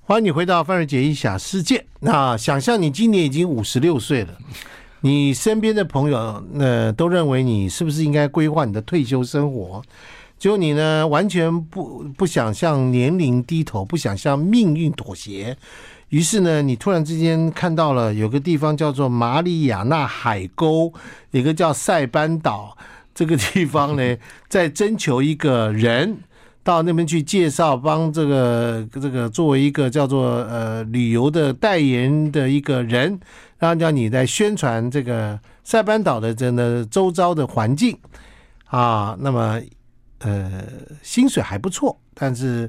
欢迎你回到范瑞杰一想世界。那想象你今年已经五十六岁了，你身边的朋友呃都认为你是不是应该规划你的退休生活？结果你呢，完全不不想向年龄低头，不想向命运妥协。于是呢，你突然之间看到了有个地方叫做马里亚纳海沟，有个叫塞班岛。这个地方呢，在征求一个人到那边去介绍，帮这个这个作为一个叫做呃旅游的代言的一个人，然后叫你来宣传这个塞班岛的这呢周遭的环境啊。那么呃，薪水还不错，但是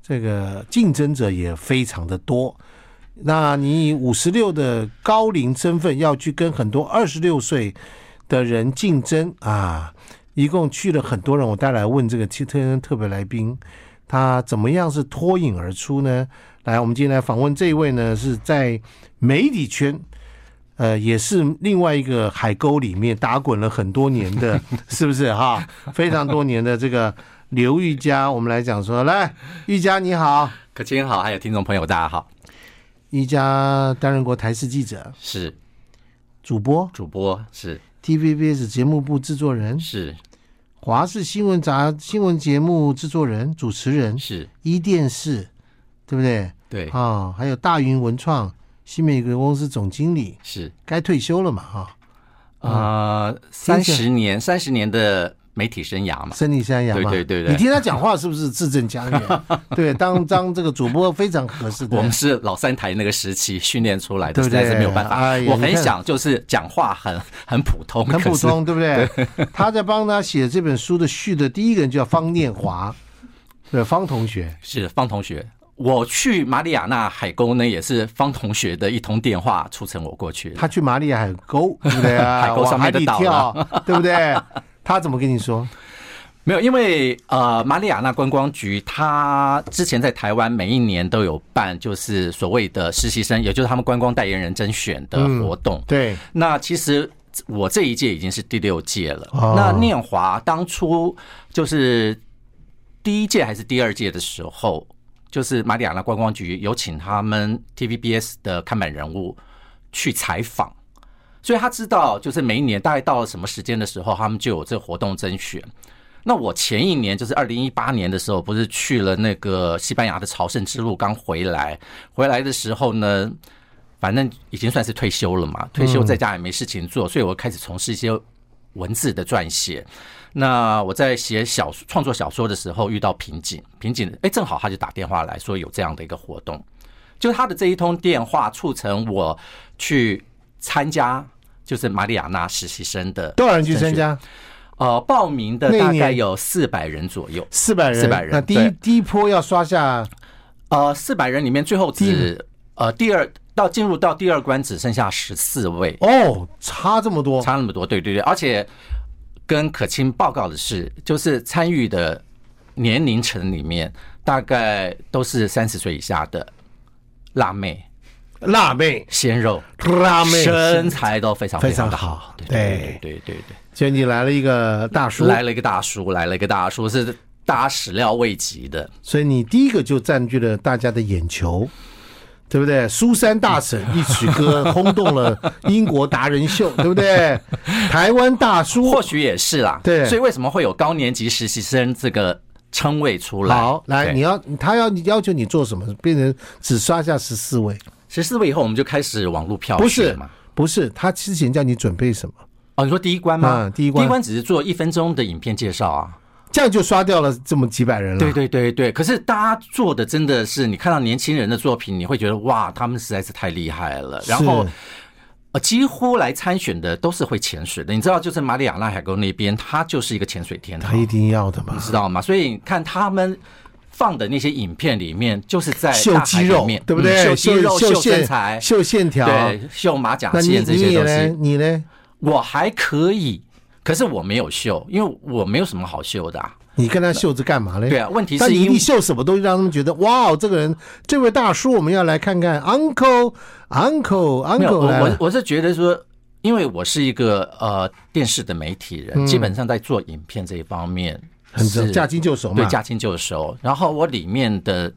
这个竞争者也非常的多。那你以五十六的高龄身份要去跟很多二十六岁的人竞争啊，一共去了很多人。我带来问这个特特特别来宾，他怎么样是脱颖而出呢？来，我们今天来访问这一位呢，是在媒体圈。呃，也是另外一个海沟里面打滚了很多年的，是不是哈？非常多年的这个刘玉佳，我们来讲说，来，玉佳你好，可亲好，还有听众朋友大家好，玉佳担任过台视记者、是主播主播是，TVBS 节目部制作人，是华视新闻杂新闻节目制作人、主持人，是，一电视，对不对？对啊、还有大云文创新美国公司总经理，是该退休了嘛？哈、嗯呃，三十年三十年的媒体生涯嘛，生理山羊嘛，对对对对你听他讲话是不是字正腔圆？ 对，当当这个主播非常合适的。我们是老三台那个时期 训练出来对的，不对实在是没有办法。哎呀我很你看想就是讲话很很普通，很普可是通，对不对？他在帮他写这本书的序的第一个人叫方念华，对，方同学，是方同学。我去马里亚纳海沟呢，也是方同学的一通电话促成我过去的。他去马里海沟，对不对啊？ 海沟上面的往海里跳，对不对？他怎么跟你说？没有，因为呃，马里亚纳观光局它之前在台湾每一年都有办，就是所谓的实习生，也就是他们观光代言人甄选的活动。对，那其实我这一届已经是第六届了。哦那念华当初就是第一届还是第二届的时候，就是马里亚纳观光局有请他们 TVBS 的看板人物去采访。所以他知道，就是每一年大概到了什么时间的时候，他们就有这个活动甄选。那我前一年就是二零一八年的时候，不是去了那个西班牙的朝圣之路，刚回来，回来的时候呢，反正已经算是退休了嗯嘛，退休在家也没事情做，所以我开始从事一些文字的撰写。那我在写小创作小说的时候遇到瓶颈，瓶颈，哎，正好他就打电话来说有这样的一个活动，就他的这一通电话促成我去参加，就是马里亚纳实习生的多少人去参加？呃，报名的那一大概年有四百人左右。四百人， 400人那第一对第一波要刷下哦呃，四百人里面最后只呃第二到进入到第二关只剩下十四位，哦，差这么多，差那么多。对对对，而且跟可清报告的是，就是参与的年龄层里面大概都是三十岁以下的辣妹、辣妹，鲜肉，辣妹，身材都非常非常的好好。对对对对对对。所以你来了一个大叔，来了一个大叔，来了一个大叔，是大家始料未及的。所以你第一个就占据了大家的眼球，对不对？苏珊大婶嗯一曲歌轰动 了英国达人秀，对不对？台湾大叔或许也是啦。对所以为什么会有高年级实习生这个称谓出来？好来，对你要他要要求你做什么？变成只刷下十四位？十四位以后，我们就开始网络票不选是嘛。，不是，他之前叫你准备什么，哦，你说第一关吗？嗯第一关第一关只是做一分钟的影片介绍啊。这样就刷掉了这么几百人了。对对对对，可是大家做的真的是，你看到年轻人的作品，你会觉得哇，他们实在是太厉害了。是，然后呃，几乎来参选的都是会潜水的，你知道，就是马里亚纳海沟那边，它就是一个潜水天堂他。一定要的嘛你。知道吗？所以你看他们放的那些影片里面，就是在秀哎大海肌里肉面，对不嗯对？秀肌肉、秀身线、、材秀线条。对，秀马甲那你线这你些也东呢西，？你呢？我还可以，可是我没有秀，因为我没有什么好秀的、啊。你跟他秀这干嘛嘞？对啊，问题哎但是你一因为定秀什么东西，让他们觉得哇，哦，这个人，这位大叔，我们要来看看 uncle uncle 没有， uncle 我来我了。我是觉得说。因为我是一个呃电视的媒体人，基本上在做影片这一方面嗯很是正驾轻就熟嘛对，驾轻就熟。然后我里面的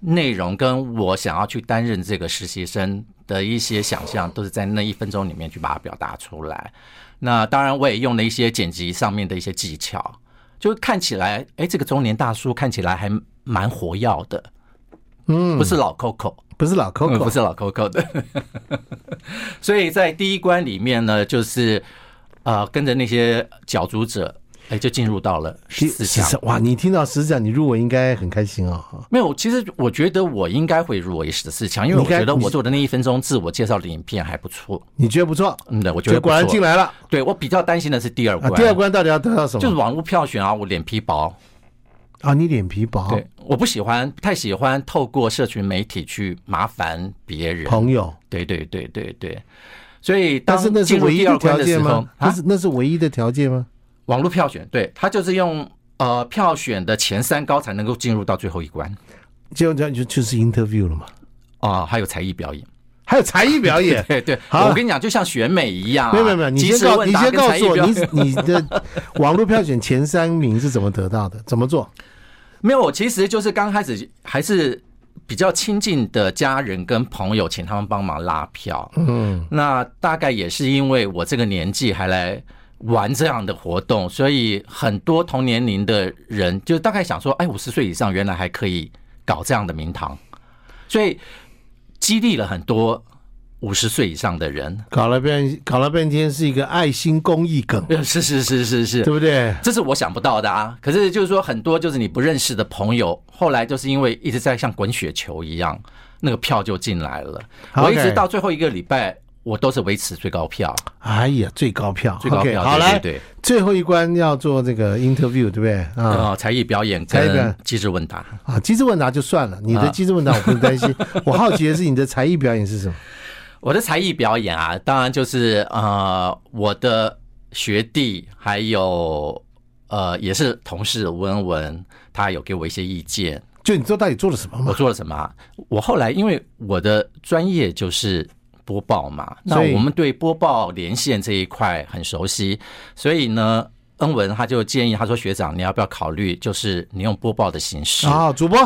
内容跟我想要去担任这个实习生的一些想象，都是在那一分钟里面去把它表达出来。那当然，我也用了一些剪辑上面的一些技巧，就是看起来，哎，这个中年大叔看起来还蛮活跃的，嗯，不是老 Coco，、不是老嗯 Coco，不是老 Coco 的。 所以在第一关里面呢，就是呃，跟着那些角逐者，哎，就进入到了第十四十强三。哇！你听到十讲，你入围应该很开心哦。没有，其实我觉得我应该会入围十四强，因为你我应该觉得你我做的那一分钟自我介绍的影片还不错。你觉得不错，嗯，对，我觉就得不果错然进来了对我比较担心的是第二啊关，。第二关到底要得到什就是么？网络票选啊，我脸皮薄，啊，你脸皮薄对，，我不喜欢，不太喜欢透过社群媒体去麻烦别人。朋友，对对对对对，所以当但是那是进入唯一第二关条的件时候吗？那啊，是那是唯一的条件吗？网络票选，对他就是用呃票选的前三高才能够进入到最后一关就就就就是 interview 了嘛，啊、还有才艺表演。。还有才艺表演对对，好我跟你讲，就像选美一样、啊，没有没有没有，你即先时告问你答先跟告才艺诉我，表你你的网络票选前三名是怎么得到的？怎么做？没有，我其实就是刚开始还是比较亲近的家人跟朋友，请他们帮忙拉票。嗯，那大概也是因为我这个年纪还来玩这样的活动，所以很多同年龄的人就大概想说，哎，五十岁以上原来还可以搞这样的名堂，所以激励了很多五十岁以上的人。搞了半搞了半天是一个爱心公益梗，呃，是是是是是，对不对？这是我想不到的啊！可是就是说，很多就是你不认识的朋友，后来就是因为一直在像滚雪球一样，那个票就进来了。 OK 我一直到最后一个礼拜，我都是维持最高票，哎呀，最高票，最高 OK，票。好对来，对对，最后一关要做这个 interview，对不对？啊呃，才艺表演才艺表跟演机智问答。啊，机智问答就算了，你啊的机智问答我不用担心，我好奇的是你的才艺表演是什么？我的才艺表演啊，当然就是呃，我的学弟还有呃，也是同事温文，他有给我一些意见。就你知道到底做了什么我吗？做了什么啊、我后来因为我的专业就是播报嘛，那所以我们对播报连线这一块很熟悉，所以呢，恩文他就建议他说：“学长，你要不要考虑，就是你用播报的形式啊、啊，主播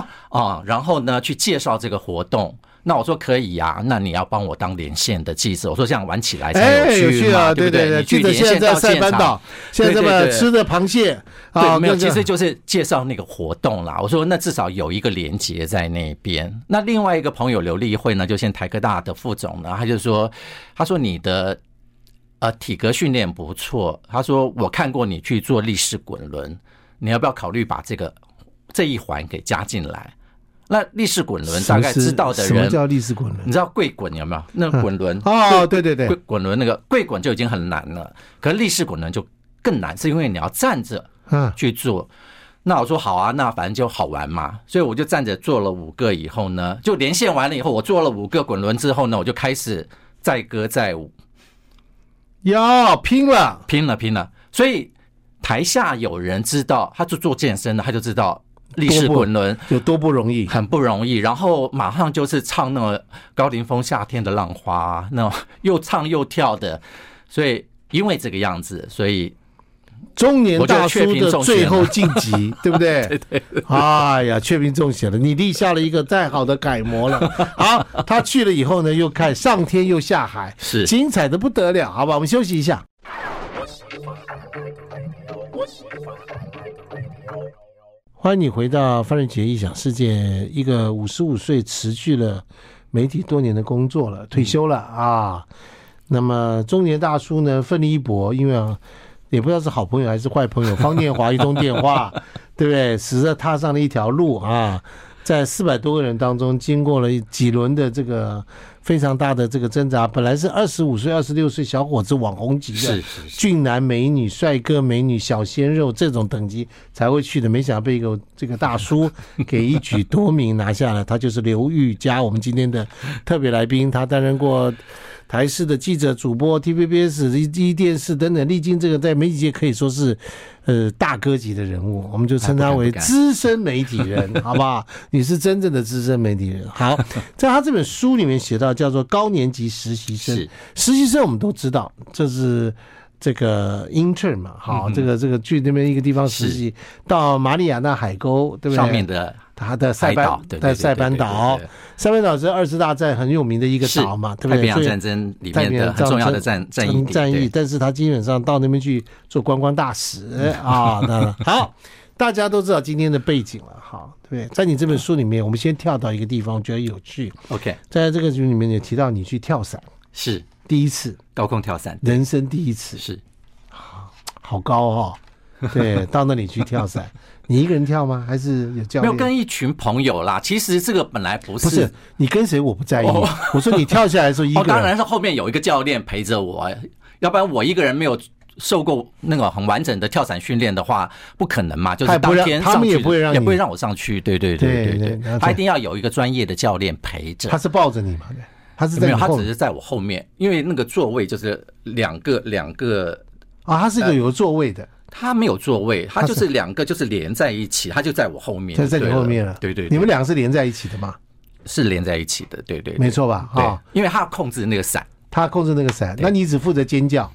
然后呢去介绍这个活动。”那我说可以呀、那你要帮我当连线的记者。我说这样玩起来才哎，有趣趣嘛，啊，对对不对，你去记者连现线在到在塞现班场，岛，现在这对对么对吃的螃蟹啊，对，没有，那个其实就是介绍那个活动啦。我说那至少有一个连接在那边。那另外一个朋友刘立慧呢，就现台科大的副总呢，他就说，他说你的呃体格训练不错，他说我看过你去做立式滚轮，你要不要考虑把这个这一环给加进来？那立式滚轮什大么概是知道的什么人，叫历史滚轮你？知道跪滚有没有？那滚轮哦，对对对跪，滚轮那个跪滚就已经很难了，可是立式滚轮就更难，是因为你要站着。嗯，去做。那我说好啊，那反正就好玩嘛，所以我就站着做了五个以后呢，就连线完了以后，我做了五个滚轮之后呢，我就开始载歌载舞，要拼了，拼了拼了。所以台下有人知道，他就做健身的，他就知道立式滚轮有多不容易。很不容易，然后马上就是唱那个高凌风《夏天的浪花、啊那种 又唱又跳的，所以因为这个样子，所以中年我就大雀叔屏的中最选后了晋 级，对不对？对对。哎呀，雀屏中选了，你立下了一个再好的楷模了。好，他去了以后呢，又看上天又下海，是精彩的不得了。好吧，我们休息一下。欢迎你回到范瑞杰异想世界，一个五十五岁辞去了媒体多年的工作了，退休了啊。那么中年大叔呢，奋力一搏，因为啊，也不知道是好朋友还是坏朋友，方念华一通电 话，对不对？使得踏上了一条路啊，在四百多个人当中，经过了几轮的这个非常大的这个挣扎。本来是二十五岁、二十六岁小伙子网红级的，是俊男美女、帅哥美女、小鲜肉这种等级才会去的，没想到被一个这个大 叔给一举夺名拿下了。他就是刘玉佳，我们今天的特别来宾，他担任过台视的记者、主播、TVBS、一一电视等等，历经这个在媒体界可以说是呃大哥级的人物，我们就称他为不敢不敢资深媒体哎人，好不好？你是真正的资深媒体人。 好，在他这本书里面写到，叫做高年级实习生是。实习生我们都知道，这是这个 intern 嘛，好，嗯哼这个这个去那边一个地方实习，到马里亚纳海沟，对不对？上面的它的塞海班岛，对对对对塞班对对岛对，塞班岛是二次大战很有名的一个是岛嘛，对不太对？平洋所以战争里太面平洋的很重要的战战役地战役，对但是他基本上到那边去做观光大 使啊。那好，大家都知道今天的背景了，哈，对不对，在你这本书里面，我们先跳到一个地方，我觉得有趣， ，OK，在这个书里面也提到你去跳伞，是第一次，高空跳伞，人生第一次，是好高哦。 对，到那里去跳伞，你一个人跳吗？还是有教没有练？跟一群朋友啦。其实这个本来不不是是，你跟谁我不在意哦。我说你跳下来的时 候一哦，个当人，然是后面有一个教练陪着我，要不然我一个人没有受过那个很完整的跳伞训练的话，不可能嘛。就他也是不会当让天他们上去也不会让也不会你让我上去，对对对对对对然后再对，他一定要有一个专业的教练陪着他。是抱着你嘛？对他是在没你有，他后只面是在我后面，因为那个座位就是两个两个，啊，他是一个有座位的。他没有座位，他他就是两个就是连在一起，他就在我后面，就在你对后面了。对对，对你们两个是连在一起的嘛？是连在一起的，对对，对没，错吧？对哈，，因为他要控制那个伞，他控制那个伞，那你只负责尖叫，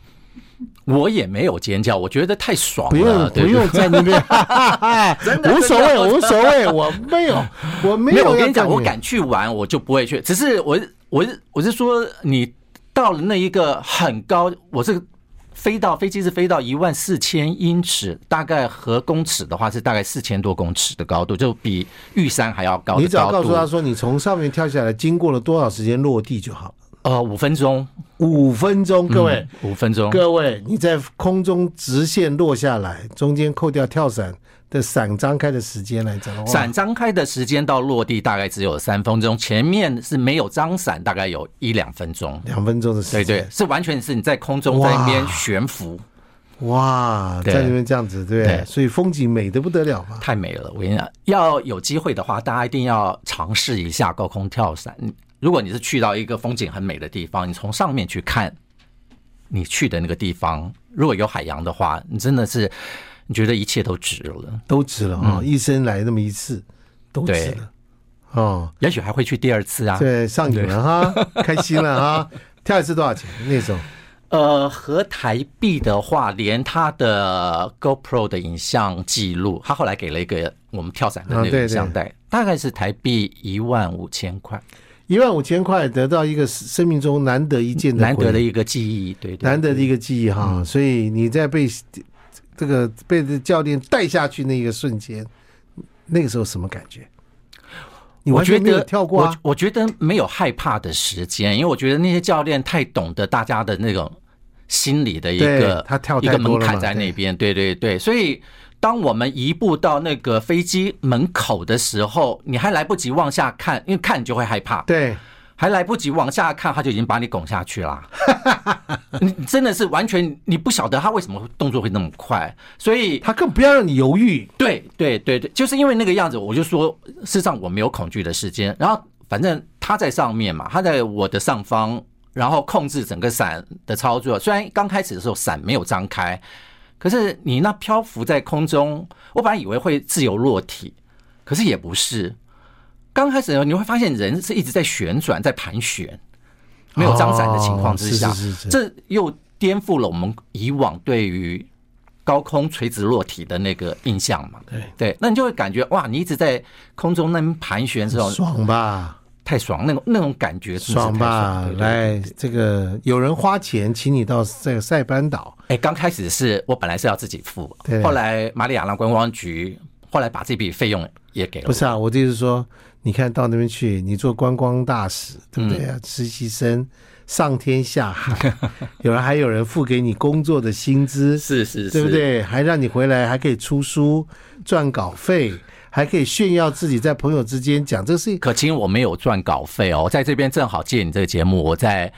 我也没有尖叫，我觉得太爽不用了，不对对 用在那边，哈哈哈真的无所谓真的无所谓，我没 有我没没有，有我跟要你讲，干我敢去玩，我就不会去。只是我是我是我是说，你到了那一个很高，我是飞到飞机是飞到一万四千英尺，大概和公尺的话是大概四千多公尺的高度，就比玉山还要高的你只要告诉他高度说你从上面跳下来，经过了多少时间落地就好了。呃，五分钟，五分钟，各位、嗯，五分钟，各位，你在空中直线落下来，中间扣掉跳伞的伞张开的时间来讲的话，伞张开的时间到落地大概只有三分钟，前面是没有张伞，大概有一两分钟。两分钟的时对间，对，是完全是你在空中在那边悬浮，哇，对在那边这样子，对，对所以风景美得不得了嘛。太美了！我跟你讲，要有机会的话，大家一定要尝试一下高空跳伞。如果你是去到一个风景很美的地方，你从上面去看你去的那个地方，如果有海洋的话，你真的是你觉得一切都值了。都值了嗯啊、一生来那么一次，都值了哦，也许还会去第二次啊。对，上瘾了 哈，开心了哈。跳一次多少钱？那种呃，和台币的话，连它的 GoPro 的影像记录，它后来给了一个我们跳伞的啊那对个影像带，大概是台币一万五千块，一万五千块，得到一个生命中难得一见的回忆，难得的一嗯个记忆，对对对难得的一个记忆哈、所以你在被这个被教练带下去那一个瞬间，那个时候什么感觉？你我完觉全没有得跳过啊？我我觉得没有害怕的时间，因为我觉得那些教练太懂得大家的那种心理的一对个他跳一太个多了嘛门槛在那边，对对对，所以。当我们移步到那个飞机门口的时候，你还来不及往下看，因为看你就会害怕，对，还来不及往下看，他就已经把你拱下去啦。 你你真的是完全你不晓得他为什么会动作会那么快，所以他更不要让你犹豫。对对对对，就是因为那个样子，我就说，事实上我没有恐惧的时间。然后反正他在上面嘛，他在我的上方，然后控制整个伞的操作。虽然刚开始的时候伞没有张开，可是你那漂浮在空中，我本来以为会自由落体，可是也不是。刚开始的时候你会发现人是一直在旋转，在盘旋，没有张伞的情况之下，哦是是是是这又颠覆了我们以往对于高空垂直落体的那个印象嘛。对那你就会感觉哇，你一直在空中那边盘旋这种爽吧？太爽，那种那种感觉真的嗯是爽吧太爽！对，对来，这个有人花钱请你到这个塞班岛，哎，刚开始是我本来是要自己付对，后来马里亚纳观光局后来把这笔费用也给了不我。是啊？我的意思是说，你看到那边去，你做观光大使，对不对嗯啊？实习生上天下 海，有人还有人付给你工作的薪资，是是是，对不？对？还让你回来，还可以出书赚稿费，还可以炫耀自己在朋友之间讲这是。可清，我没有赚稿费哦，我在这边正好借你这个节目，我再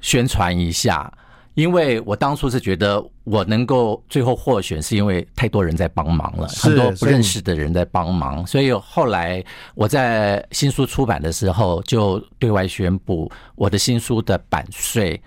宣传一下。因为我当初是觉得我能够最后获选，是因为太多人在帮忙了，是很多不认识的人在帮忙，所以后来我在新书出版的时候就对外宣布，我的新书的版税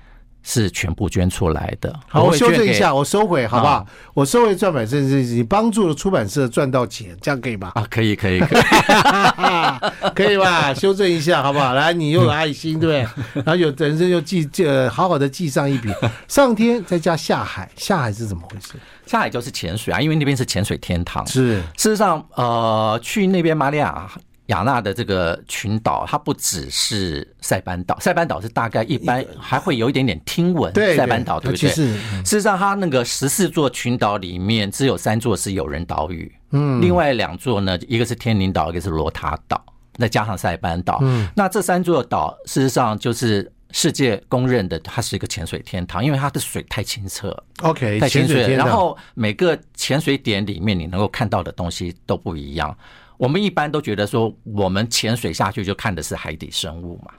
是全部捐出来的。好，我会修捐正一给下，我收回，好不好？我收回转版税这你帮助了出版社赚到钱，这样可以吧？啊，可以可以可 以， 可以吧？修正一下，好不好？来，你又有爱心，对不对？然后有人生又记记、呃，好好的记上一笔，上天再加下海，下海是怎么回事？下海就是潜水啊，因为那边是潜水天堂。是事实上，呃，去那边马里亚亚纳的这个群岛，它不只是塞班岛，塞班岛是大概一般还会有一点点听闻，对塞班岛对对不其对？实事实上，它那个十四座群岛里面，只有三座是有人岛屿，嗯，另外两座呢，一个是天宁岛，一个是罗塔岛，再加上塞班岛，嗯，那这三座岛事实上就是世界公认的，它是一个潜水天堂，因为它的水太清澈， OK，太哎潜清水澈，天堂，然后每个潜水点里面你能够看到的东西都不一样。我们一般都觉得说，我们潜水下去就看的是海底生物嘛，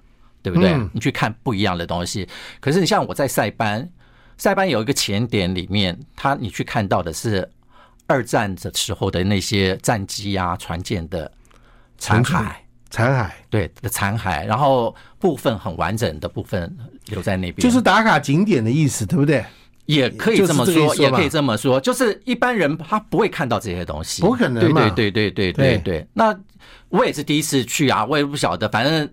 对不对？嗯你去看不一样的东西。可是你像我在塞班，塞班有一个潜点里面，它你去看到的是二战的时候的那些战机啊、船舰的残存骸，残海对的残骸，然后部分很完整的部分留在那边，就是打卡景点的意思，对不对？也可以这么就是这个意说，思吧也可以这么说，就是一般人他不会看到这些东西，不可能对嘛对对对对对对。那我也是第一次去啊，我也不晓得，反正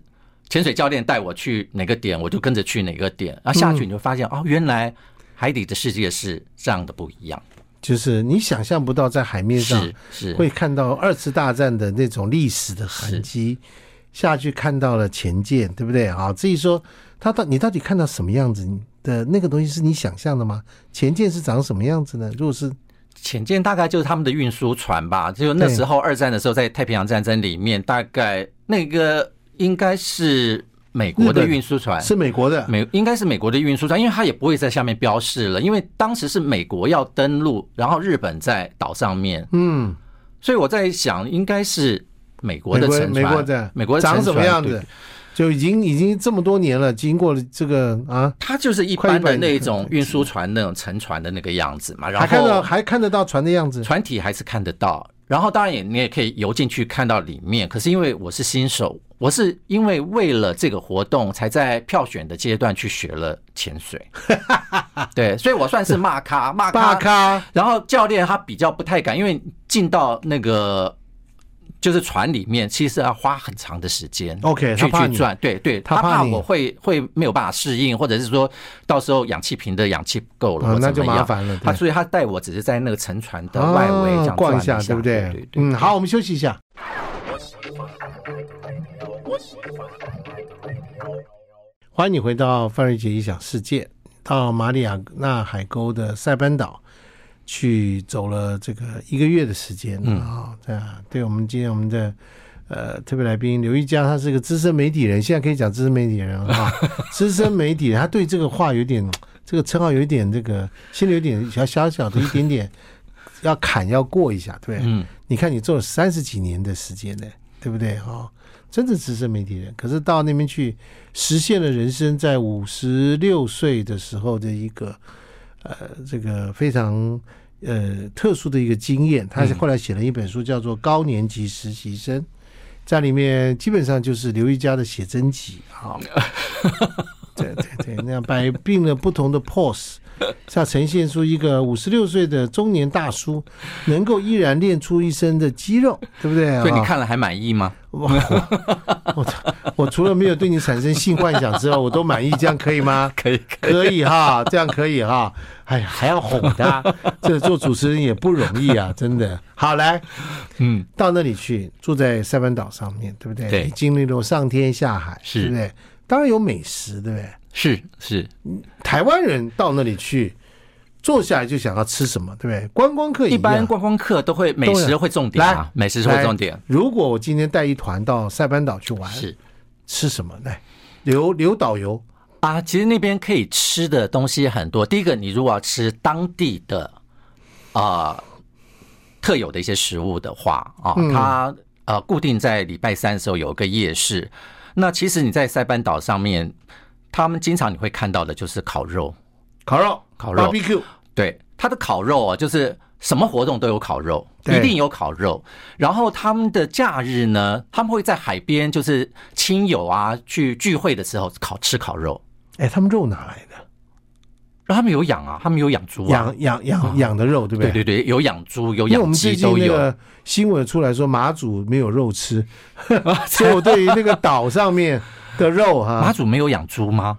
潜水教练带我去哪个点，我就跟着去哪个点。然后下去嗯你就发现、哦，原来海底的世界是这样的不一样，就是你想象不到在海面上是是会看到二次大战的那种历史的痕迹，下去看到了前舰，对不对啊？至于说它到你到底看到什么样子的那个东西是你想象的吗？前舰是长什么样子呢？如果是潜舰大概就是他们的运输船吧，就那时候二战的时候，在太平洋战争里面，大概那个应该是美国日的本运输船，是美国的，美应该是美国的运输船，因为它也不会在下面标示了，因为当时是美国要登陆，然后日本在岛上面，嗯，所以我在想应该是美国美的国沉船，美国的美国的长沉什么船样？对子，就已经已经这么多年了，经过了这个啊，它就是一快一般百的年那种运输船那种沉船的那个样子嘛，然还看到后还看得到船的样子，船体还是看得到，然后当然也你也可以游进去看到里面。可是因为我是新手，我是因为为了这个活动才在票选的阶段去学了 潜水，对，所以我算是骂咖骂大咖咖然后教练他比较不太敢，因为进到那个就是船里面，其实要花很长的时间。 ，OK，他去怕去你，转，对对，他他怕怕你我会会没有办法适应，或者是说到时候氧气瓶的氧气不够了，啊或那怎就么麻样？烦了，他对所以他带我只是在那个沉船的外围这啊样逛转一下，对对不对？对对？嗯，好，我们休息一下。欢迎你回到范瑞杰异想世界，到马里亚纳海沟的塞班岛去走了这个一个月的时间嗯啊、对啊，对我们今天我们的呃特别来宾刘玉佳，他是个资深媒体人，现在可以讲资深媒体人了哈， 资深媒体人，他对这个话有点这个称号有一点这个心里有点小小小的一点 点要砍要过一下，对不对？嗯，你看你做了三十几年的时间呢，对不对哦哈、真的资深媒体人，可是到那边去实现了人生在五十六岁的时候的一个呃这个非常呃特殊的一个经验。他嗯后来写了一本书，叫做《高年级实习生》。在里面基本上就是刘一佳的写真集 啊，对对对，那样摆并了不同的 pose，要呈现出一个五十六岁的中年大叔，能够依然练出一身的肌肉，对不对啊？所以你看了还满意吗？ 我我我除了没有对你产生性幻想之后，我都满意，这样可以 吗？可以，可以哈，这样可以哈。哎呀，还要哄他，这做主持人也不容易啊，真的。好，来嗯，到那里去，住在塞班岛上面，对不对？对你经历了上天下海，是对不对？当然有美食，对不对？是是，台湾人到那里去，坐下来就想要吃什么，对不对？观光客也一般样观光客都会美都食有会重点啊，美食会重点，如果我今天带一团到塞班岛去玩，是吃什么？来，刘刘导游，啊，其实那边可以吃的东西很多。第一个，你如果要吃当地的啊、呃特有的一些食物的话啊，它呃固定在礼拜三的时候有一个夜市。那其实你在塞班岛上面，他们经常你会看到的就是烤肉，烤肉，烤肉 BBQ，对，它的烤肉啊，就是什么活动都有烤肉，对一定有烤肉。然后他们的假日呢，他们会在海边，就是亲友啊去聚会的时候烤吃烤肉。哎，他们肉哪来的？然后他们有养啊，他们有养猪啊，养养养养的肉，对不对对？对对，有养猪，有因为我养们最鸡近都那有。个新闻出来说马祖没有肉 吃，所以我对于那个岛上面的肉哈、马祖没有养猪吗？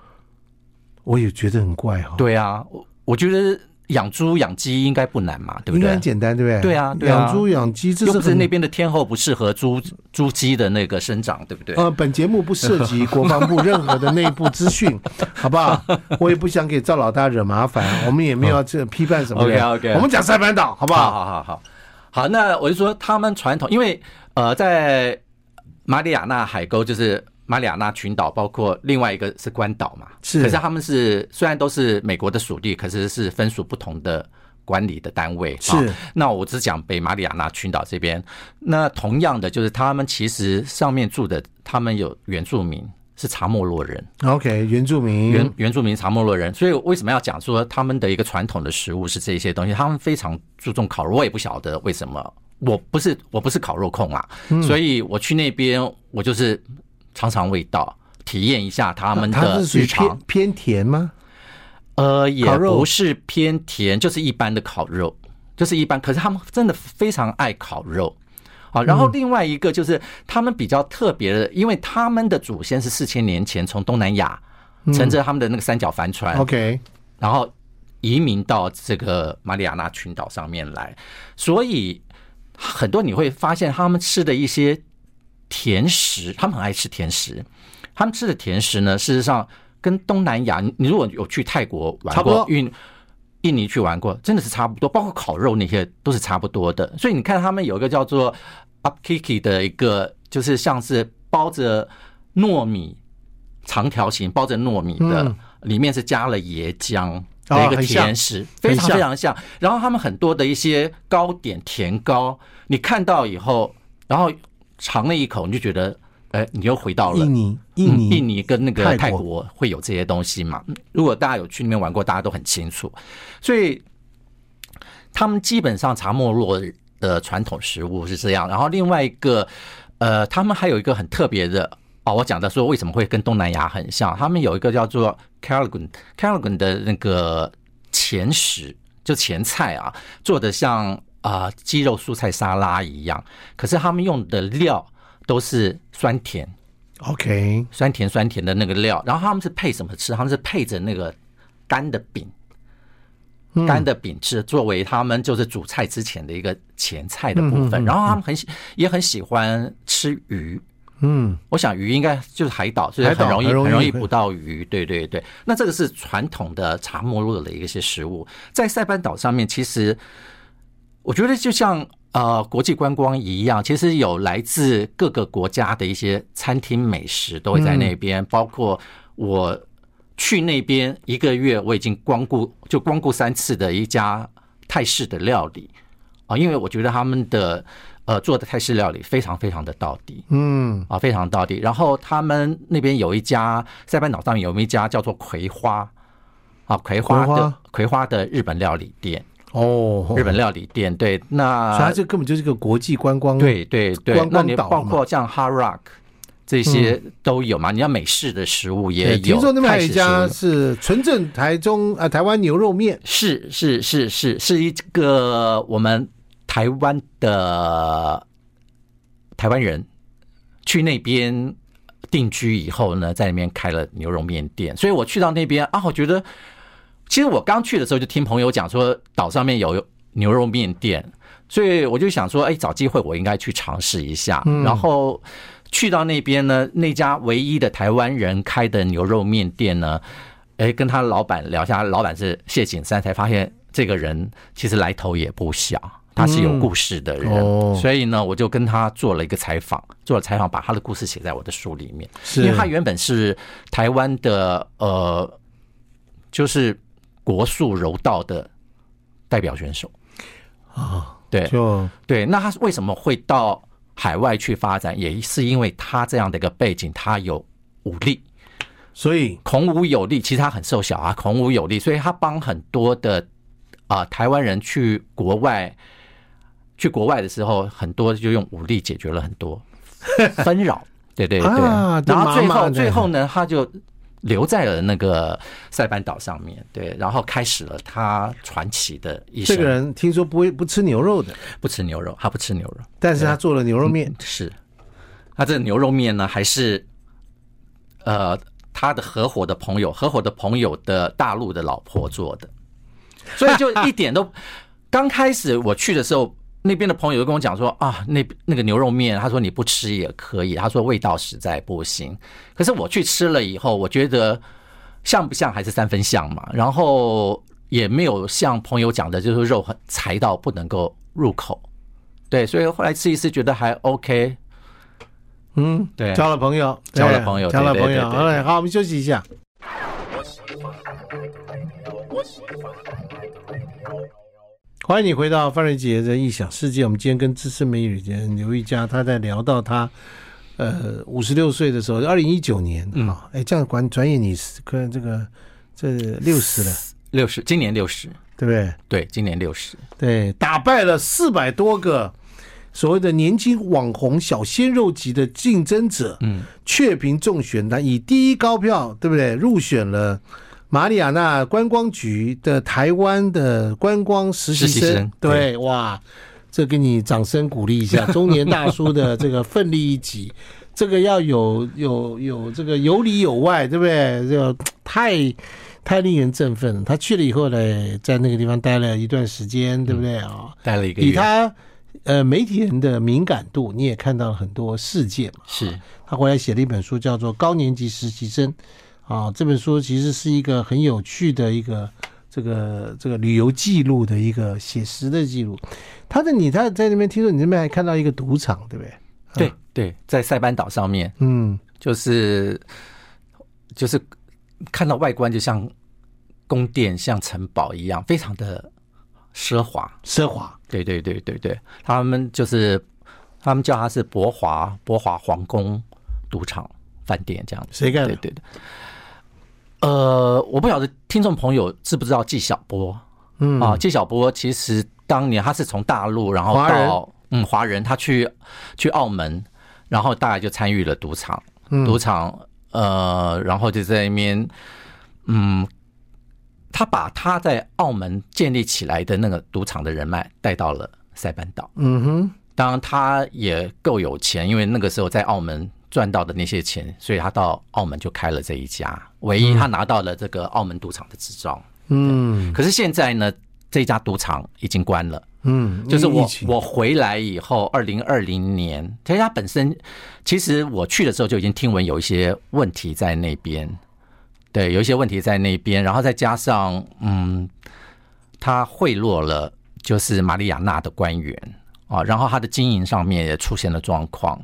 我也觉得很怪哈、对啊，我我觉得养猪养鸡应该不难嘛，对不应该对很？简单，对不对？对啊对啊养猪养鸡这又是不是很那边的天候不适合猪猪鸡的那个生长，对不对？呃，本节目不涉及国防部任何的内部资讯，好不好？我也不想给赵老大惹麻烦，我们也没有要这批判什么人。 OK，OK 我们讲塞班岛，好不好好？好好好好，那我就说他们传统，因为呃，在马里亚纳海沟就是马里亚纳群岛，包括另外一个是关岛嘛，是可是他们是虽然都是美国的属地，可是是分属不同的。管理的单位是啊那我只讲北马里亚纳群岛这边。那同样的，就是他们其实上面住的，他们有原住民是查莫洛人， OK，原住民原原住民查莫洛人，所以为什么要讲说他们的一个传统的食物是这一些东西？他们非常注重烤肉，我也不晓得为什么。我不是我不是烤肉控啊，所以我去那边我就是尝尝味道，体验一下他们它的是属于日偏常。偏甜吗？呃，也烤肉不是偏甜，就是一般的烤肉，就是一般。可是他们真的非常爱烤肉。好，然后另外一个就是他们比较特别的，因为他们的祖先是四千年前从东南亚乘着他们的那个三角帆船 OK，然后移民到这个马里亚纳群岛上面来，所以很多你会发现他们吃的一些甜食，他们很爱吃甜食。他们吃的甜食呢，事实上跟东南亚，你你如果有去泰国玩差不过多，印印尼去玩过，真的是差不多，包括烤肉那些都是差不多的。所以你看他们有一个叫做 upkiki 的一个，就是像是包着糯米长条形包着糯米的，嗯里面是加了椰浆的一哦个很像甜食，很非常像非常像。然后他们很多的一些糕点甜糕，你看到以后，然后尝了一口，你就觉得，哎、你又回到了印尼，嗯印尼，印尼跟那个泰国泰国会有这些东西嘛？嗯如果大家有去那边玩过，大家都很清楚。所以他们基本上查莫洛的传统食物是这样。然后另外一个，呃，他们还有一个很特别的。哦，我讲的说为什么会跟东南亚很像，他们有一个叫做 c a r a g u n c a r a g u n 的那个前食，就前菜啊，做的像啊、呃鸡肉蔬菜沙拉一样，可是他们用的料都是酸甜， OK，酸甜酸甜的那个料，然后他们是配什么吃？他们是配着那个干的饼，嗯干的饼吃，作为他们就是主菜之前的一个前菜的部分。然后他们很喜也很喜欢吃鱼，嗯，我想鱼应该就是海岛，所以海岛很容易很容易容易会捕到鱼。对对对，那这个是传统的查莫洛的一些食物，在塞班岛上面，其实我觉得就像呃国际观光一样，其实有来自各个国家的一些餐厅美食都会嗯在那边，包括我去那边一个月，我已经光顾就光顾三次的一家泰式的料理啊、因为我觉得他们的呃做的泰式料理非常非常的到底，嗯，啊，非常到底。然后他们那边有一家塞班岛上面有一家叫做葵花啊，葵花葵的花葵花的日本料理店，哦，日本料理店对，所以它那这根本就是个国际观光，，对对对观，那光你岛嘛包括像 Hard Rock 这些都有嘛？你要美式的食物对，也有，听说那边还泰有一式食家物是纯正台中啊、台湾牛肉面，是是是是是一个我们台湾的台湾人去那边定居以后呢，在那边开了牛肉面店，所以我去到那边啊，我觉得其实我刚去的时候就听朋友讲说岛上面有牛肉面店，所以我就想说，哎，找机会我应该去尝试一下。然后去到那边呢，那家唯一的台湾人开的牛肉面店呢，哎，跟他老板聊一下，老板是谢景山，才发现这个人其实来头也不小，他是有故事的人，嗯哦所以呢，我就跟他做了一个采访，做了采访，把他的故事写在我的书里面。是因为他原本是台湾的呃，就是国术柔道的代表选手啊，对就对。那他为什么会到海外去发展，也是因为他这样的一个背景，他有武力，所以孔武有力，其实他很瘦小啊，孔武有力，所以他帮很多的啊、呃台湾人去国外，去国外的时候，很多就用武力解 决了很多纷扰，对对对，啊这然后最妈妈后的最后呢，他就留在了那个塞班岛上面，对，然后开始了他传奇的一这生。个人听说不会不吃牛肉的，不吃牛肉，他不吃牛肉，但是他做了牛肉面，是他这个牛肉面呢，还是呃他的合伙的朋友，合伙的朋友的大陆的老婆做的，所以就一点都刚开始我去的时候。那边的朋友就跟我讲说啊，那那个牛肉面，他说你不吃也可以，他说味道实在不行。可是我去吃了以后，我觉得像不像还是三分像嘛，然后也没有像朋友讲的，就是肉很柴到不能够入口。对，所以后来吃一次觉得还 OK，嗯，对交了朋友，交了对朋友交了对对朋友。对对好嘞，好，我们休息一下。欢迎你回到范瑞杰的异想世界。我们今天跟资深美女人刘玉佳，她在聊到她呃五十六岁的时候，二零一九年嗯啊，哎、这样管转眼你是跟这个这六十了，六十，今年六十，对不对？对，今年六十，对，打败了四百多个所谓的年轻网红小鲜肉级的竞争者，嗯，却凭中选单以第一高票，对不对？入选了马里亚纳观光局的台湾的观光实习生。实习生对，哇，这给你掌声鼓励一下，中年大叔的这个奋力一击， 这个要有有有这个有里有外，对不对？这个太。太令人振奋了！他去了以后呢，在那个地方待了一段时间，对不对啊、待嗯了一个以月，他呃媒体人的敏感度，你也看到了很多事件嘛。是他回来写了一本书，叫做《高年级实习生》啊，这本书其实是一个很有趣的一个这个这个旅游记录的一个写实的记录。他的你他在那边听说你那边还看到一个赌场，对不对？对对，在塞班岛上面，嗯，就是就是看到外观就像宫殿、像城堡一样，非常的奢华。奢华，对对对对对，他们就是他们叫它是博华博华皇宫赌场饭店这样子。谁干对的？对对。呃，我不晓得听众朋友知不知道纪晓波嗯啊？纪晓波其实当年他是从大陆，然后华人到嗯华人，他去去澳门，然后大概就参与了赌场，赌嗯场呃，然后就在那边嗯，他把他在澳门建立起来的那个赌场的人脉带到了塞班岛。嗯哼，当然，他也够有钱，因为那个时候在澳门赚到的那些钱，所以他到澳门就开了这一家。唯一他拿到了这个澳门赌场的执照。嗯可是现在呢，这家赌场已经关了。嗯，就是因为疫我情我回来以后，二零二零年，其实它本身，其实我去的时候就已经听闻有一些问题在那边，对，有一些问题在那边，然后再加上嗯，他贿赂了就是马里亚纳的官员啊，然后他的经营上面也出现了状况，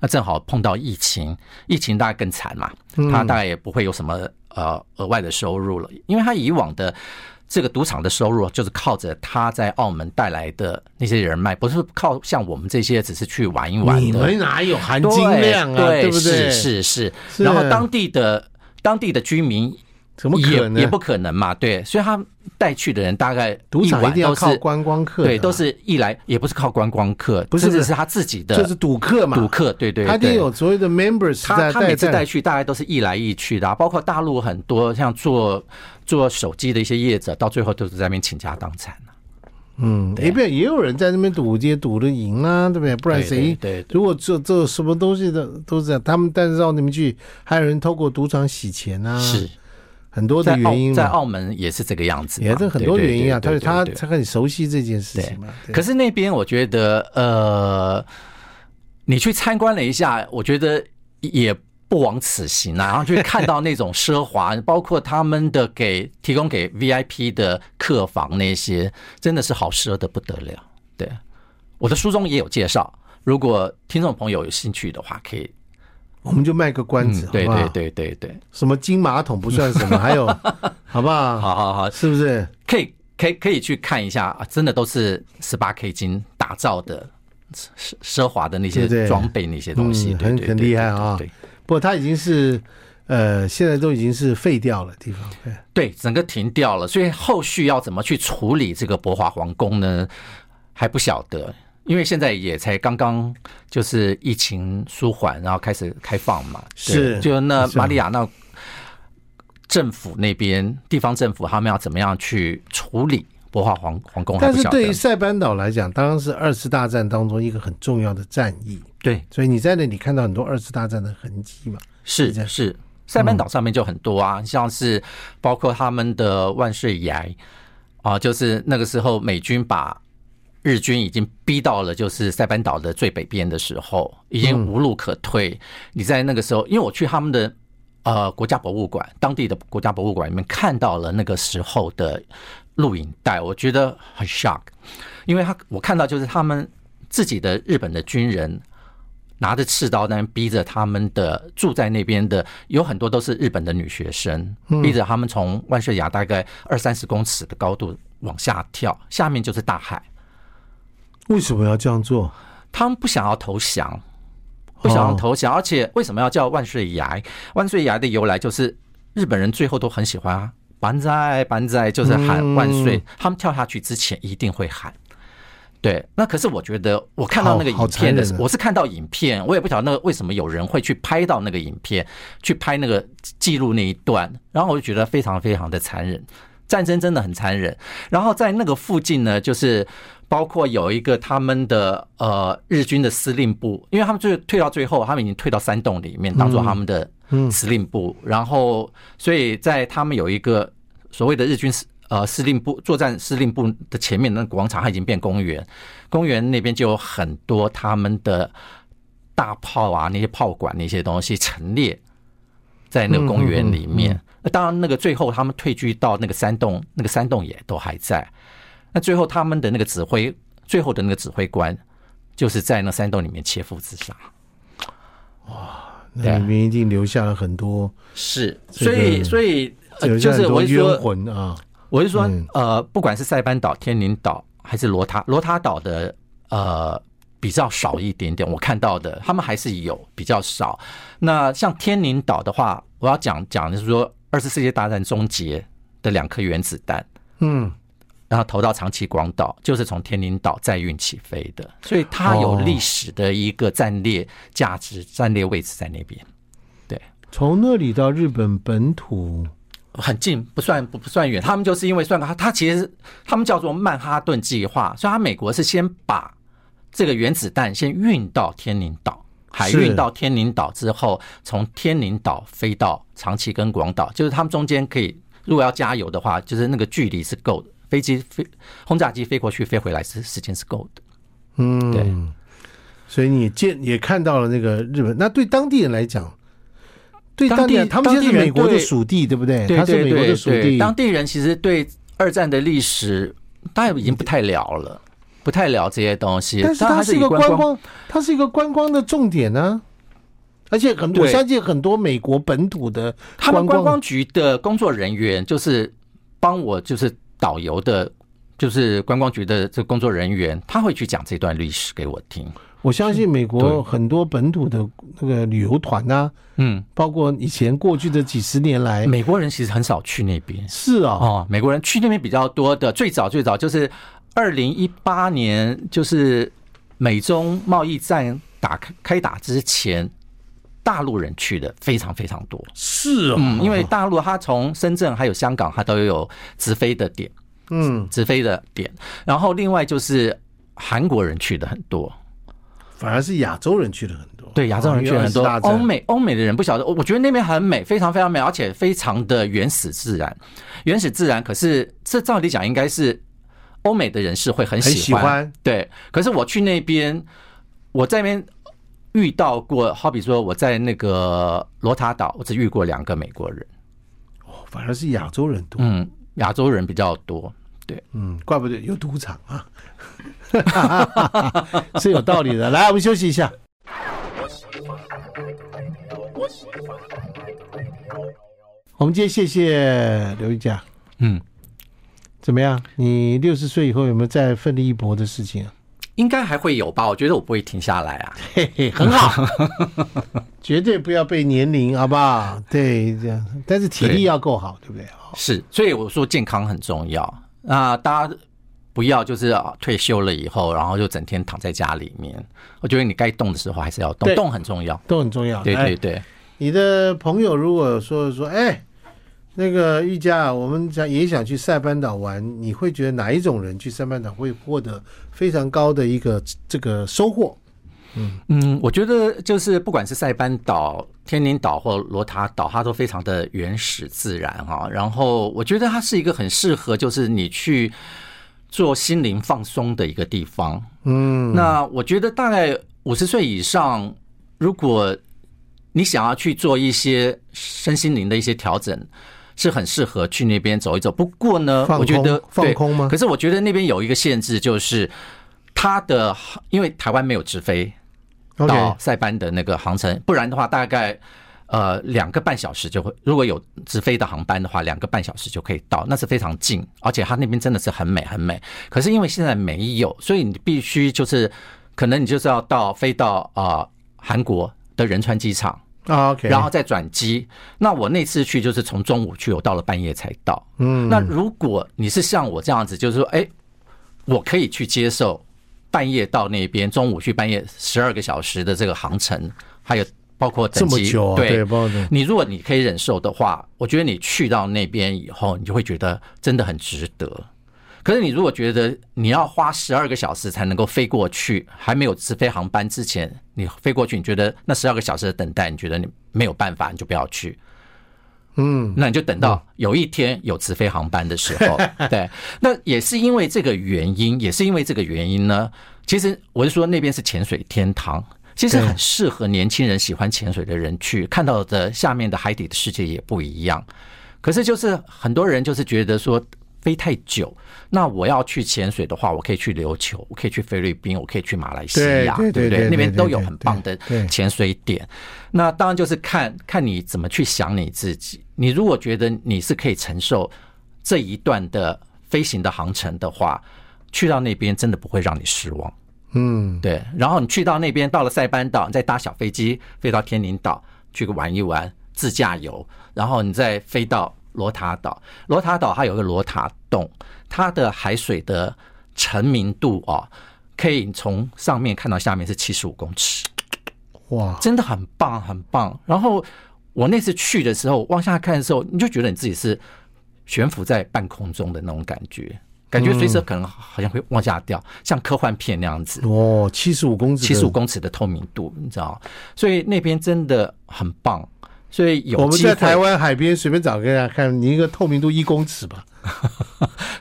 那正好碰到疫情，疫情大概更惨嘛，嗯他大概也不会有什么呃额外的收入了，因为他以往的这个赌场的收入啊就是靠着他在澳门带来的那些人脉，不是靠像我们这些只是去玩一玩的。你们哪有含对金量啊？对对不对？是是是是。然后当地的当地的居民怎么可也能？也不可能嘛，对，所以他带去的人大概赌场晚一定要都是靠观光客的嘛，啊对，都是一来也不是靠观光客，不是甚至不是是他自己的就是赌客嘛，赌客，对对，他一定对有所谓的 members 他在他每次带在去大概都是一来一去的、啊，包括大陆很多像做做手机的一些业者，到最后都是在那边倾家荡产、啊、嗯，对也不也有人在那边赌，也赌的赢啊，对不对？不然谁对对对如果这这什么东西的都是这样，他们但是到你们去，还有人透过赌场洗钱啊，是很多的在原因澳在嘛，澳门也是这个样子嘛，也是很多对原因啊。他对对对他对对他很熟悉这件事情嘛。对可是那边我觉得，呃，你去参观了一下，我觉得也不枉此行啊。然后去看到那种奢华，包括他们的给提供给 VIP 的客房那些，真的是好奢的不得了。对，我的书中也有介绍，如果听众朋友有兴趣的话，可以。我们就卖个关嗯子，，对好不好对，对对对，什么金马桶不算什么， 还有好不好？好好好，是不是？可以可以可以去看一下啊，真的都是十八 K 金打造的奢奢华的那对对些装备那些东西，嗯对很对很对厉害对对啊对不过他已经是呃，现在都已经是废掉了地方。对对，整个停掉了，所以后续要怎么去处理这个博华皇宫呢？还不晓得，因为现在也才刚刚就是疫情舒缓，然后开始开放嘛。对是就那是马里亚那政府那边，地方政府他们要怎么样去处理博化皇皇宫还但不是晓对于得。塞班岛来讲，当然是二次大战当中一个很重要的战役，对，所以你在那里看到很多二次大战的痕迹嘛。这是样是，塞班岛上面就很多啊，像是包括他们的万岁崖啊、就是那个时候美军把日军已经逼到了就是塞班岛的最北边的时候，已经无路可退。你在那个时候，因为我去他们的。呃，国家博物馆，当地的国家博物馆里面看到了那个时候的录影带，我觉得很 shock，因为他我看到就是他们自己的日本的军人拿着刺刀，那边逼着他们的住在那边的有很多都是日本的女学生，逼着他们从万岁崖大概二三十公尺的高度往下跳，下面就是大海。为什么要这样做？他们不想要投降，哦不想要投降，而且为什么要叫万岁崖？万岁崖的由来就是日本人最后都很喜欢啊板仔板仔，就是喊万嗯岁。他们跳下去之前一定会喊。对，那可是我觉得我看到那个好好影片的残时忍啊候，我是看到影片，我也不晓得那个为什么有人会去拍到那个影片，去拍那个记录那一段，然后我就觉得非常非常的残忍。战争真的很残忍。然后在那个附近呢，就是包括有一个他们的呃日军的司令部，因为他们就是退到最后，他们已经退到山洞里面，当做他们的嗯司令部。然后，所以在他们有一个所谓的日军司呃司令部作战司令部的前面那个广场，它已经变公园，公园那边就有很多他们的大炮啊，那些炮管那些东西陈列在那个公园里嗯面。那当然，那个最后他们退居到那个山洞，那个山洞也都还在。那最后他们的那个指挥，最后的那个指挥官，就是在那山洞里面切腹自杀。对那啊里面一定留下了很多，是，这所个以所以、呃、留就下很是多我是冤说，魂啊。我是说嗯，呃，不管是塞班岛、天宁岛还是罗塔罗塔岛的，呃。比较少一点点，我看到的他们还是有比较少。那像天宁岛的话，我要讲讲的是说，二次世界大战终结的两颗原子弹，嗯，然后投到长崎广岛，就是从天宁岛载运起飞的，所以它有哦历史的一个战略价值、战略位置在那边，从那里到日本本土，很近，不算不不算远。他们就是因为算它，它其实他们叫做曼哈顿计划，所以它美国是先把这个原子弹先运到天宁岛，海是运到天宁岛之后，从天宁岛飞到长崎跟广岛，就是他们中间可以，如果要加油的话，就是那个距离是够的，飞机飞轰炸机飞过去飞回来是时间是够的。嗯，对，所以你见也看到了那个日本，那对当地人来讲，对当当地地人，他们现在当是地人美国的对属地，对不对？对他是对美国对的属对，地，当地人其实对二战的历史，大家已经不太聊了，不太聊这些东西。但是它它还是是一以个观观光，它是一个观光的重点呢、而且很，我对相信很多美国本土的他们观观光局的工作人员就是帮我就是导游的，就是观光局的这工作人员，他会去讲这段历史给我听。我相信美对国很多本土的那个旅游团呐、嗯，包括以前过去的几十年来，美国人其实很少去那边是啊、哦，美国人去那边比较多的，最早最早就是二零一八年，就是美中贸易战打开开打之前，大陆人去的非常非常多。是哦，嗯，因为大陆它从深圳还有香港，它都有直飞的点。嗯，直飞的点。然后另外就是韩国人去的很多，反而是亚洲人去了很多，哦对亚洲人去的很多因为二次大，欧战美欧美的人不晓得，我我觉得那边很美，非常非常美，而且非常的原始自然，原始自然。可是这照理讲应该是欧美的人是会很喜很喜欢对。可是我去那边，我在那边。遇到过，好比说我在那个罗塔岛，我只遇过两个美国人，哦反而是亚洲人多，嗯，亚洲人比较多，嗯，怪不得有赌场啊， 是有道理的。来，我们休息一下。我们今天谢谢刘一佳，嗯，怎么样？你六十岁以后有没有再奋力一搏的事情啊？应该还会有吧？我觉得我不会停下来啊，嘿嘿，很好， 绝对不要被年龄，好不好？对，这样，但是体力对要够好，对不对？好是，所以我说健康很重要。那大家不要就是啊退休了以后，然后就整天躺在家里面。我觉得你该动的时候还是要动对，动很重要。都很重要。哎对来对对，你的朋友如果说说，哎，那个玉佳啊，我们想也想去塞班岛玩，你会觉得哪一种人去塞班岛会获得非常高的一个这个收获？嗯，我觉得就是不管是塞班岛、天宁岛或罗塔岛，它都非常的原始自然哈、然后我觉得它是一个很适合，就是你去做心灵放松的一个地方。嗯，那我觉得大概五十岁以上，如果你想要去做一些身心灵的一些调整，是很适合去那边走一走。不过呢，放空我觉得放对空吗可是我觉得那边有一个限制，就是它的因为台湾没有直飞哦 OK 到塞班的那个航程，不然的话大概。呃，两个半小时就会，如果有直飞的航班的话，两个半小时就可以到，那是非常近，而且它那边真的是很美很美。可是因为现在没有，所以你必须就是，可能你就是要到飞到呃韩国的仁川机场，啊，OK，然后再转机。那我那次去就是从中午去，我到了半夜才到。嗯，那如果你是像我这样子，就是说，哎，我可以去接受半夜到那边，中午去半夜十二个小时的这个航程，还有包括这等么级，久、啊，对，不好意思你如果你可以忍受的话，我觉得你去到那边以后，你就会觉得真的很值得。可是你如果觉得你要花十二个小时才能够飞过去，还没有直飞航班之前，你飞过去，你觉得那十二个小时的等待，你觉得你没有办法，你就不要去。嗯，那你就等到有一天有直飞航班的时 候，对，那也是因为这个原因，也是因为这个原因呢，其实我是说那边是潜水天堂，其实很适合年轻人喜欢潜水的人去看到的下面的海底的世界也不一样。可是就是很多人就是觉得说飞太久，那我要去潜水的话，我可以去琉球，我可以去菲律宾，我可以去马来西亚，对对对不对对？那边对都有对很棒的对对潜水点。那当然就是看看你怎么去想你自己。你如果觉得你是可以承受这一段的飞行的航程的话，去到那边真的不会让你失望。嗯，对，然后你去到那边，到了塞班岛，你再搭小飞机飞到天宁岛去玩一玩，自驾游，然后你再飞到罗塔岛。罗塔岛它有个罗塔洞，它的海水的沉明度哦，可以从上面看到下面是七十五公尺，哇，真的很棒，很棒。然后我那次去的时候，往下看的时候，你就觉得你自己是悬浮在半空中的那种感觉，感觉随时可能好像会往下掉，像科幻片那样子。哦，七十五公尺，七十五，公尺的透明度，你知道，所以那边真的很棒。所以有我们机会在台湾海边随便找个人看，你一个透明度一公尺吧，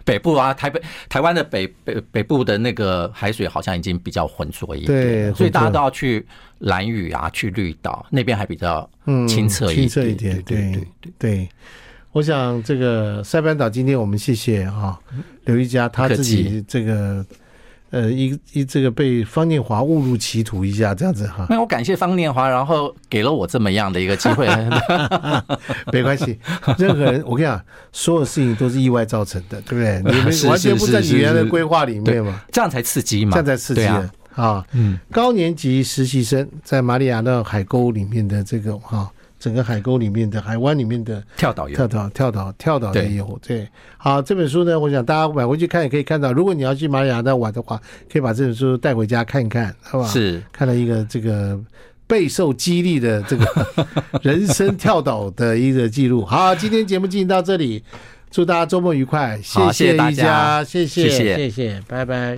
北部啊，台北台湾的北北北部的那个海水好像已经比较浑浊一对点了，所以大家浑浊都要去蓝屿啊，去绿岛那边还比较嗯，清澈一清澈一点，点，对对对对。我想这个塞班岛，今天我们谢谢啊刘一佳他嗯不客自气己这个呃一一这个被方念华误入歧途一下这样子 哈，那我感谢方念华，然后给了我这么样的一个机 会，没关系，任何人我跟你讲，所有事情都是意外造成的，对不对？ 你是们完全不在你是是原来的是规划里面嘛，这样才刺激嘛，这样才刺激对啊人啊。嗯，高年级实习生在马里亚纳海沟里面的这个哈、整个海沟里面的海湾里面的跳岛游跳岛、跳岛、跳岛的对有对。好，这本书呢，我想大家买回去看也可以看到，如果你要去马里亚纳玩的话，可以把这本书带回家看一看，好吧？，是看了一个这个。备受激励的这个 人生跳岛的一个记录。好，今天节目进行到这里，祝大家周末愉快，好谢谢谢大一家，谢谢谢谢谢，拜拜。